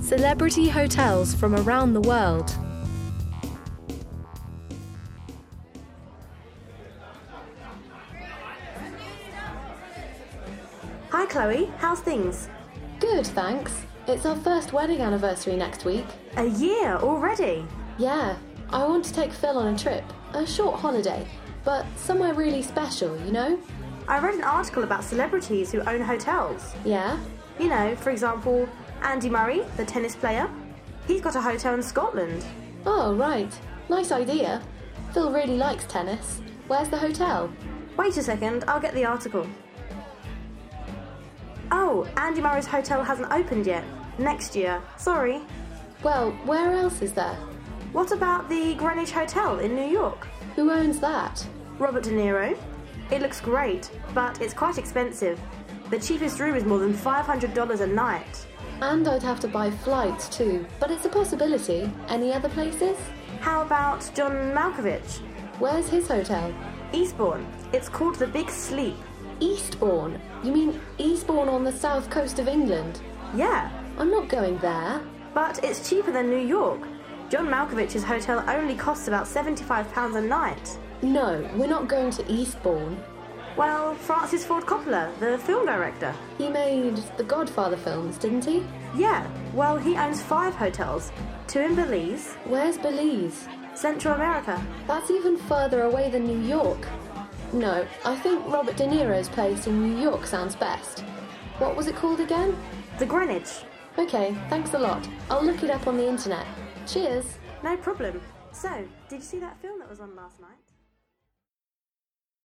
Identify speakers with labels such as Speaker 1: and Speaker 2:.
Speaker 1: Celebrity hotels from around the world.
Speaker 2: Hi Chloe, how's things?
Speaker 3: Good, thanks. It's our first wedding anniversary next week.
Speaker 2: A year already.
Speaker 3: Yeah, I want to take Phil on a trip, a short holiday, but somewhere really special, you know?
Speaker 2: I read an article about celebrities who own hotels.
Speaker 3: Yeah?
Speaker 2: You know, for example, Andy Murray, the tennis player. He's got a hotel in Scotland.
Speaker 3: Oh, right. Nice idea. Phil really likes tennis. Where's the hotel?
Speaker 2: Wait a second, I'll get the article. Oh, Andy Murray's hotel hasn't opened yet. Next year. Sorry.
Speaker 3: Well, where else is there?
Speaker 2: What about the Greenwich Hotel in New York?
Speaker 3: Who owns that?
Speaker 2: Robert De Niro. It looks great, but it's quite expensive. The cheapest room is more than $500 a night.
Speaker 3: And I'd have to buy flights too, but it's a possibility. Any other places?
Speaker 2: How about John Malkovich?
Speaker 3: Where's his hotel?
Speaker 2: Eastbourne. It's called The Big Sleep.
Speaker 3: Eastbourne. You mean Eastbourne on the south coast of England?
Speaker 2: Yeah,
Speaker 3: I'm not going there.
Speaker 2: but it's cheaper than New York. John Malkovich's hotel only costs about £75 a night.
Speaker 3: No, we're not going to Eastbourne.
Speaker 2: Well, Francis Ford Coppola, the film director.
Speaker 3: He made the Godfather films, didn't he?
Speaker 2: Yeah, well, he owns five hotels two in Belize,
Speaker 3: Where's Belize?
Speaker 2: Central America.
Speaker 3: That's even further away than New York. No, I think Robert De Niro's place in New York sounds best. What was it called again?
Speaker 2: The Greenwich.
Speaker 3: Okay, thanks a lot. I'll look it up on the internet. Cheers.
Speaker 2: No problem. So, did you see that film that was on last night?